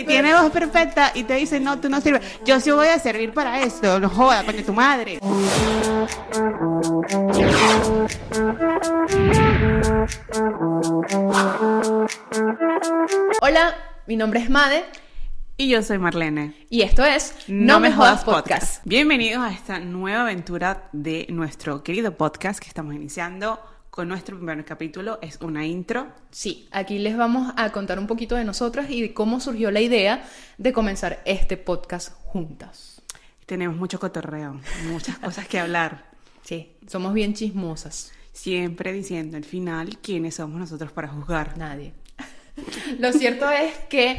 Si tiene voz perfecta y te dice, no, tú no sirves, yo sí voy a servir para esto, no joda, coño, tu madre. Hola, mi nombre es Made Y yo soy Marlene. y esto es No, Me Jodas Podcast. Bienvenidos a esta nueva aventura de nuestro querido podcast que estamos iniciando con nuestro primer capítulo. Es una intro. Sí, aquí les vamos a contar un poquito de nosotras y de cómo surgió la idea de comenzar este podcast juntas. Tenemos mucho cotorreo, muchas cosas que hablar. Sí, somos bien chismosas. Siempre diciendo al final quiénes somos nosotros para juzgar. Nadie. Lo cierto es que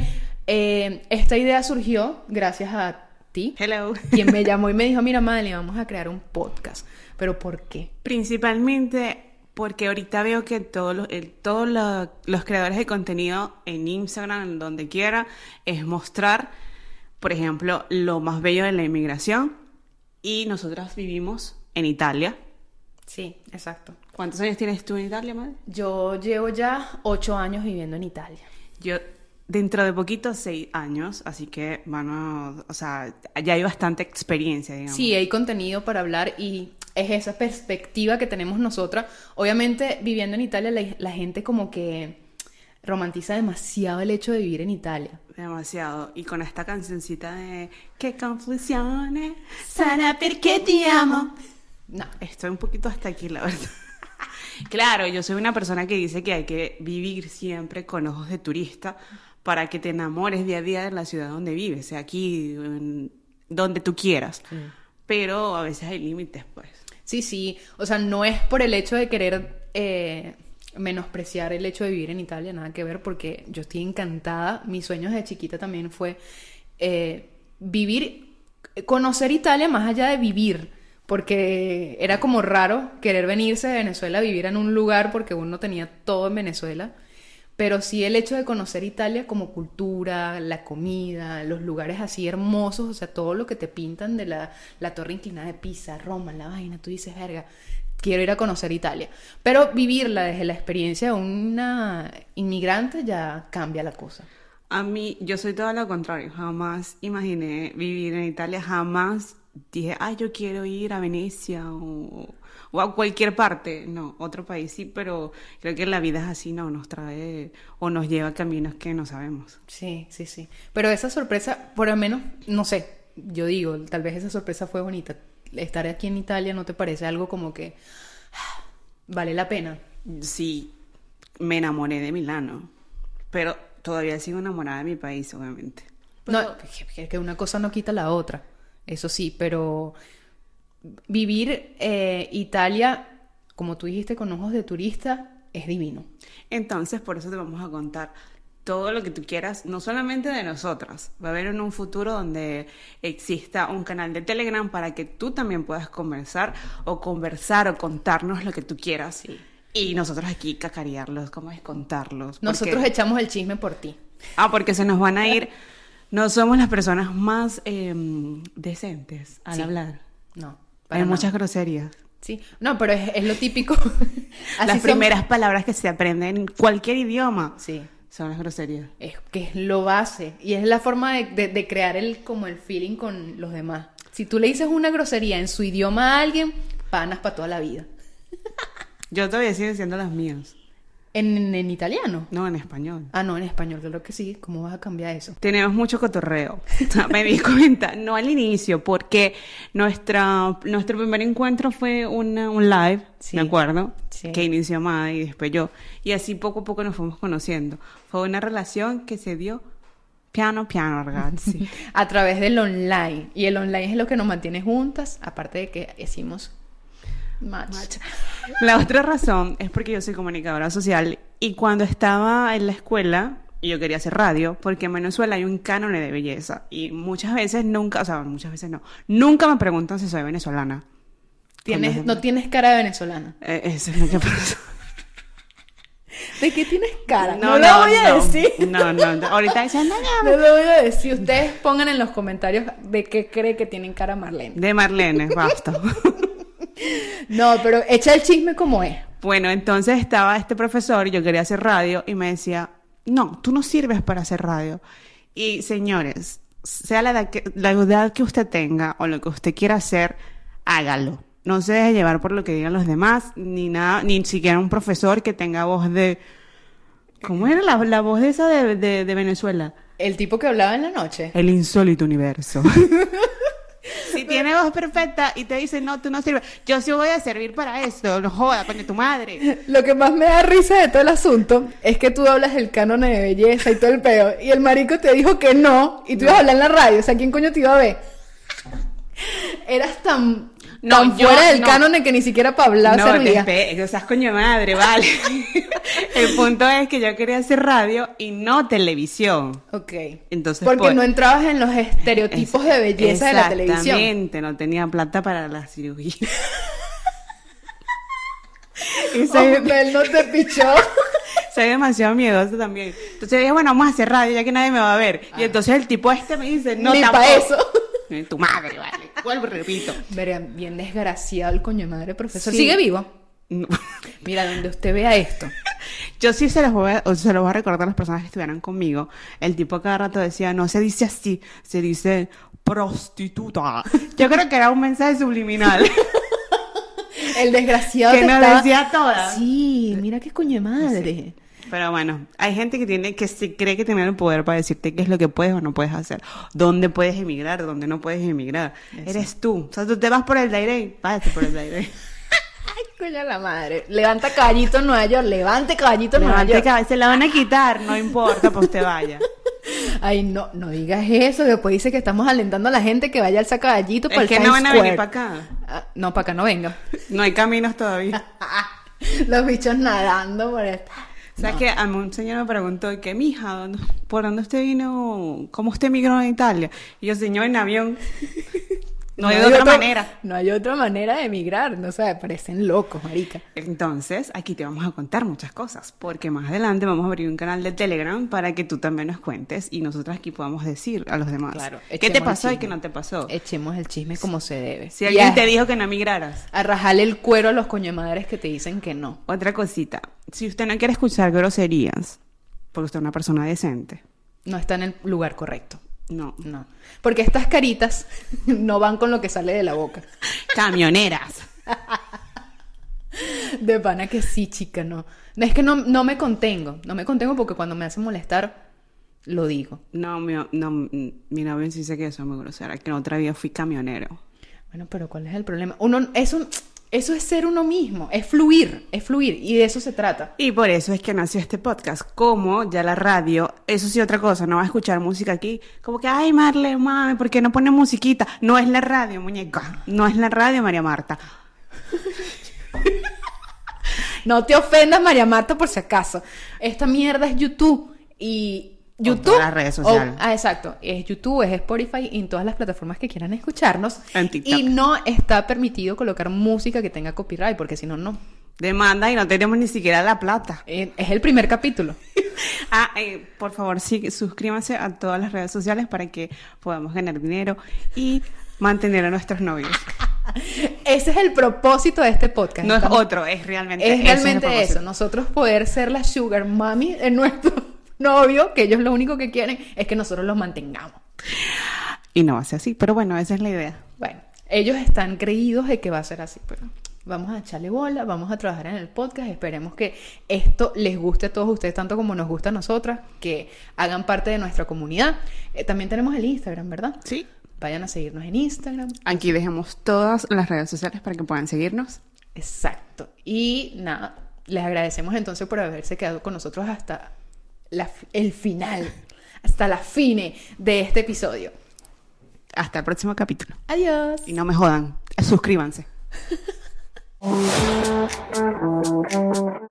eh, esta idea surgió gracias a ti, Hello. quien me llamó y me dijo, mira, Madeleine, vamos a crear un podcast. ¿Pero por qué? Principalmente porque ahorita veo que todos los, el- todos lo- los creadores de contenido en Instagram, en donde quiera, es mostrar, por ejemplo, lo más bello de la inmigración. Y nosotras vivimos en Italia. Sí, exacto. ¿Cuántos años tienes tú en Italia, madre? Yo llevo ya ocho años viviendo en Italia. Yo dentro de poquito seis años, así que, bueno, o sea, ya hay bastante experiencia, digamos. Sí, hay contenido para hablar y es esa perspectiva que tenemos nosotras. Obviamente, viviendo en Italia, la, la gente como que romantiza demasiado el hecho de vivir en Italia. Demasiado. Y con esta cancioncita de Que confusione sarà perché ti amo. No, Estoy un poquito hasta aquí, la verdad. Claro, yo soy una persona que dice que hay que vivir siempre con ojos de turista para que te enamores día a día de la ciudad donde vives, sea aquí, en- donde tú quieras. Pero a veces hay límites, pues. sí, sí. O sea, no es por el hecho de querer eh, menospreciar el hecho de vivir en Italia, nada que ver, porque yo estoy encantada. Mis sueños de chiquita también fue eh, vivir, conocer Italia más allá de vivir. Porque era como raro querer venirse de Venezuela a vivir en un lugar porque uno tenía todo en Venezuela. Pero sí el hecho de conocer Italia como cultura, la comida, los lugares así hermosos, o sea, todo lo que te pintan de la, la torre inclinada de Pisa, Roma, la vaina, tú dices, verga, quiero ir a conocer Italia. Pero vivirla desde la experiencia de una inmigrante ya cambia la cosa. A mí, yo soy todo lo contrario. Jamás imaginé vivir en Italia. Jamás dije, ay, yo quiero ir a Venecia o, o a cualquier parte. No, otro país sí, pero creo que la vida es así, ¿no? Nos trae o nos lleva a caminos que no sabemos. Sí, sí, sí. Pero esa sorpresa, por lo menos, no sé, yo digo, tal vez esa sorpresa fue bonita. Estar aquí en Italia no te parece algo como que ah, vale la pena. Sí, me enamoré de Milano, pero todavía sigo enamorada de mi país, obviamente. No, que- que una cosa no quita la otra, eso sí, pero vivir eh, Italia, como tú dijiste, con ojos de turista, es divino. Entonces, por eso te vamos a contar todo lo que tú quieras, no solamente de nosotras. Va a haber en un futuro donde exista un canal de Telegram para que tú también puedas conversar o conversar o contarnos lo que tú quieras. Y nosotros aquí cacarearlos, cómo es contarlos. porque- Nosotros echamos el chisme por ti. Ah, porque se nos van a ir. No somos las personas más em, decentes al Sí. hablar. No, para Hay nada. muchas groserías. Sí, no, pero es, es lo típico. Así las son- primeras palabras que se aprenden en cualquier idioma Sí, son las groserías. es que es lo base y es la forma de, de- de crear el, como el feeling con los demás. Si tú le dices una grosería en su idioma a alguien, panas para toda la vida. Yo todavía sigo diciendo las mías, En- en- en italiano. no en español. Ah, no, en español, creo que sí. ¿Cómo vas a cambiar eso? Tenemos mucho cotorreo. O sea, Me di cuenta, no al inicio, porque nuestra, nuestro primer encuentro fue una- un live, Sí. me acuerdo, Sí. que inició Amada y después yo. Y así poco a poco nos fuimos conociendo. Fue una relación que se dio piano, piano, ragazzi. A través del online. Y el online es lo que nos mantiene juntas, aparte de que hicimos match. La otra razón es porque yo soy comunicadora social y cuando estaba en la escuela yo quería hacer radio porque en Venezuela hay un cánone de belleza y muchas veces nunca, o sea, muchas veces no, nunca me preguntan si soy venezolana. Tienes- Cuando- no tienes cara de venezolana. Eh, Eso es lo que pasa. ¿De qué tienes cara? No, lo voy a no. decir. No, no, no. ahorita dicen, "No, no, No lo voy a decir. Ustedes pongan en los comentarios de qué cree que tienen cara Marlene. de Marlene, basta. No, pero echa el chisme como es. Bueno, entonces estaba este profesor, yo quería hacer radio, y me decía, no, tú no sirves para hacer radio. Y señores, sea la edad, que, la edad que usted tenga o lo que usted quiera hacer, hágalo. No se deje llevar por lo que digan los demás, ni nada, ni siquiera un profesor que tenga voz de... ¿Cómo era la, la voz de esa de, de, de Venezuela? El tipo que hablaba en la noche. El insólito universo. si tiene voz perfecta y te dice, no, tú no sirves, yo sí voy a servir para esto, no joda, coño, tu madre. Lo que más me da risa de todo el asunto es que tú hablas del canon de belleza y todo el peo, y el marico te dijo que no, y tú ibas a hablar en la radio, o sea, ¿quién coño te iba a ver? Eras tan, No, tan yo fuera del no. canon de que ni siquiera para hablar no, servía. te espe- o sea, es coño de madre, vale. El punto es que yo quería hacer radio y no televisión. Ok. Entonces, Porque pues- no entrabas en los estereotipos de belleza de la televisión. Exactamente, no tenía plata para la cirugía. y soy, Hombre, él no te pichó. soy demasiado miedosa también. Entonces dije, bueno, vamos a hacer radio ya que nadie me va a ver. Y entonces el tipo este me dice, no, Ah. ni tampoco. para eso. Eh, Tu madre, vale. Vuelvo y repito. Verán, bien desgraciado el coño de madre profesor. Sí. Sigue vivo. No. Mira, donde usted vea esto. Yo sí se los, voy a, o se los voy a recordar a las personas que estuvieran conmigo. El tipo cada rato decía, no se dice así, se dice prostituta. Yo creo que era un mensaje subliminal. El desgraciado Que te nos estaba- decía a todas. Sí, mira qué coño de madre. Pero bueno, hay gente que tiene que se cree que tiene el poder para decirte qué es lo que puedes o no puedes hacer, dónde puedes emigrar, dónde no puedes emigrar. Eres tú. O sea, tú te vas por el direct, váyate por el direct. Ay, coño de la madre. Levanta caballito en Nueva York, levante caballito en Nueva Levante York. cabeza, la van a quitar, no importa, pues te vaya. Ay, no, no digas eso. Después dice que estamos alentando a la gente que vaya al saco caballito para Es el que Times no van a Square. venir para acá. Ah, no, para acá no venga. No hay caminos todavía. Los bichos nadando por esta. ¿Sabes que A mí un señor me preguntó que, mija, ¿dónde- ¿por dónde usted vino? ¿Cómo usted migró a Italia? Y yo, señor, en avión. No, hay de otra otro- manera. No hay otra manera de emigrar. No sé, parecen locos, marica. Entonces, aquí te vamos a contar muchas cosas, porque más adelante vamos a abrir un canal de Telegram para que tú también nos cuentes y nosotras aquí podamos decir a los demás Claro, qué echemos te el pasó y chisme. Eh, qué no te pasó. Echemos el chisme como se debe. Si Y alguien a- te dijo que no migraras. A rajarle el cuero a los coñemadres que te dicen que no. Otra cosita, si usted no quiere escuchar groserías, porque usted es una persona decente, No está en el lugar correcto. no. No. Porque estas caritas no van con lo que sale de la boca. Camioneras. De pana que sí, chica, no. No, Es que no, no me contengo. No me contengo porque cuando me hacen molestar, lo digo. No, mi, no, mi novio sí dice que eso es muy grosera, que en otra vida fui camionero. Bueno, pero ¿cuál es el problema? Uno, eso, eso es ser uno mismo. Es fluir. Es fluir. Y de eso se trata. Y por eso es que nació este podcast. Como ya la radio, eso sí otra cosa, no va a escuchar música aquí. Como que, ay, Marle, mami, ¿por qué no pone musiquita? No es la radio, muñeca. No es la radio, María Marta. No te ofendas, María Marta, por si acaso. Esta mierda es YouTube y YouTube. todas las redes sociales. o- ah, exacto. Es YouTube, es Spotify y en todas las plataformas que quieran escucharnos. En TikTok. Y no está permitido colocar música que tenga copyright, porque si no, no. Demanda y no tenemos ni siquiera la plata. Eh, Es el primer capítulo. Ah, eh, por favor, sí, suscríbanse a todas las redes sociales para que podamos ganar dinero y mantener a nuestros novios. Ese es el propósito de este podcast. No es Estamos- otro, es realmente Es ese el realmente propósito. eso, nosotros poder ser la sugar mommy de nuestro novio, que ellos lo único que quieren es que nosotros los mantengamos. Y no va a ser así, pero bueno, esa es la idea. Bueno, ellos están creídos de que va a ser así, pero vamos a echarle bola, vamos a trabajar en el podcast, esperemos que esto les guste a todos ustedes tanto como nos gusta a nosotras, que hagan parte de nuestra comunidad. Eh, también tenemos el Instagram, ¿verdad? Sí. Vayan a seguirnos en Instagram. Aquí dejamos todas las redes sociales para que puedan seguirnos. Exacto. Y nada, les agradecemos entonces por haberse quedado con nosotros hasta la fi- el final, hasta la fine de este episodio. Hasta el próximo capítulo. Adiós. Y no me jodan, suscríbanse.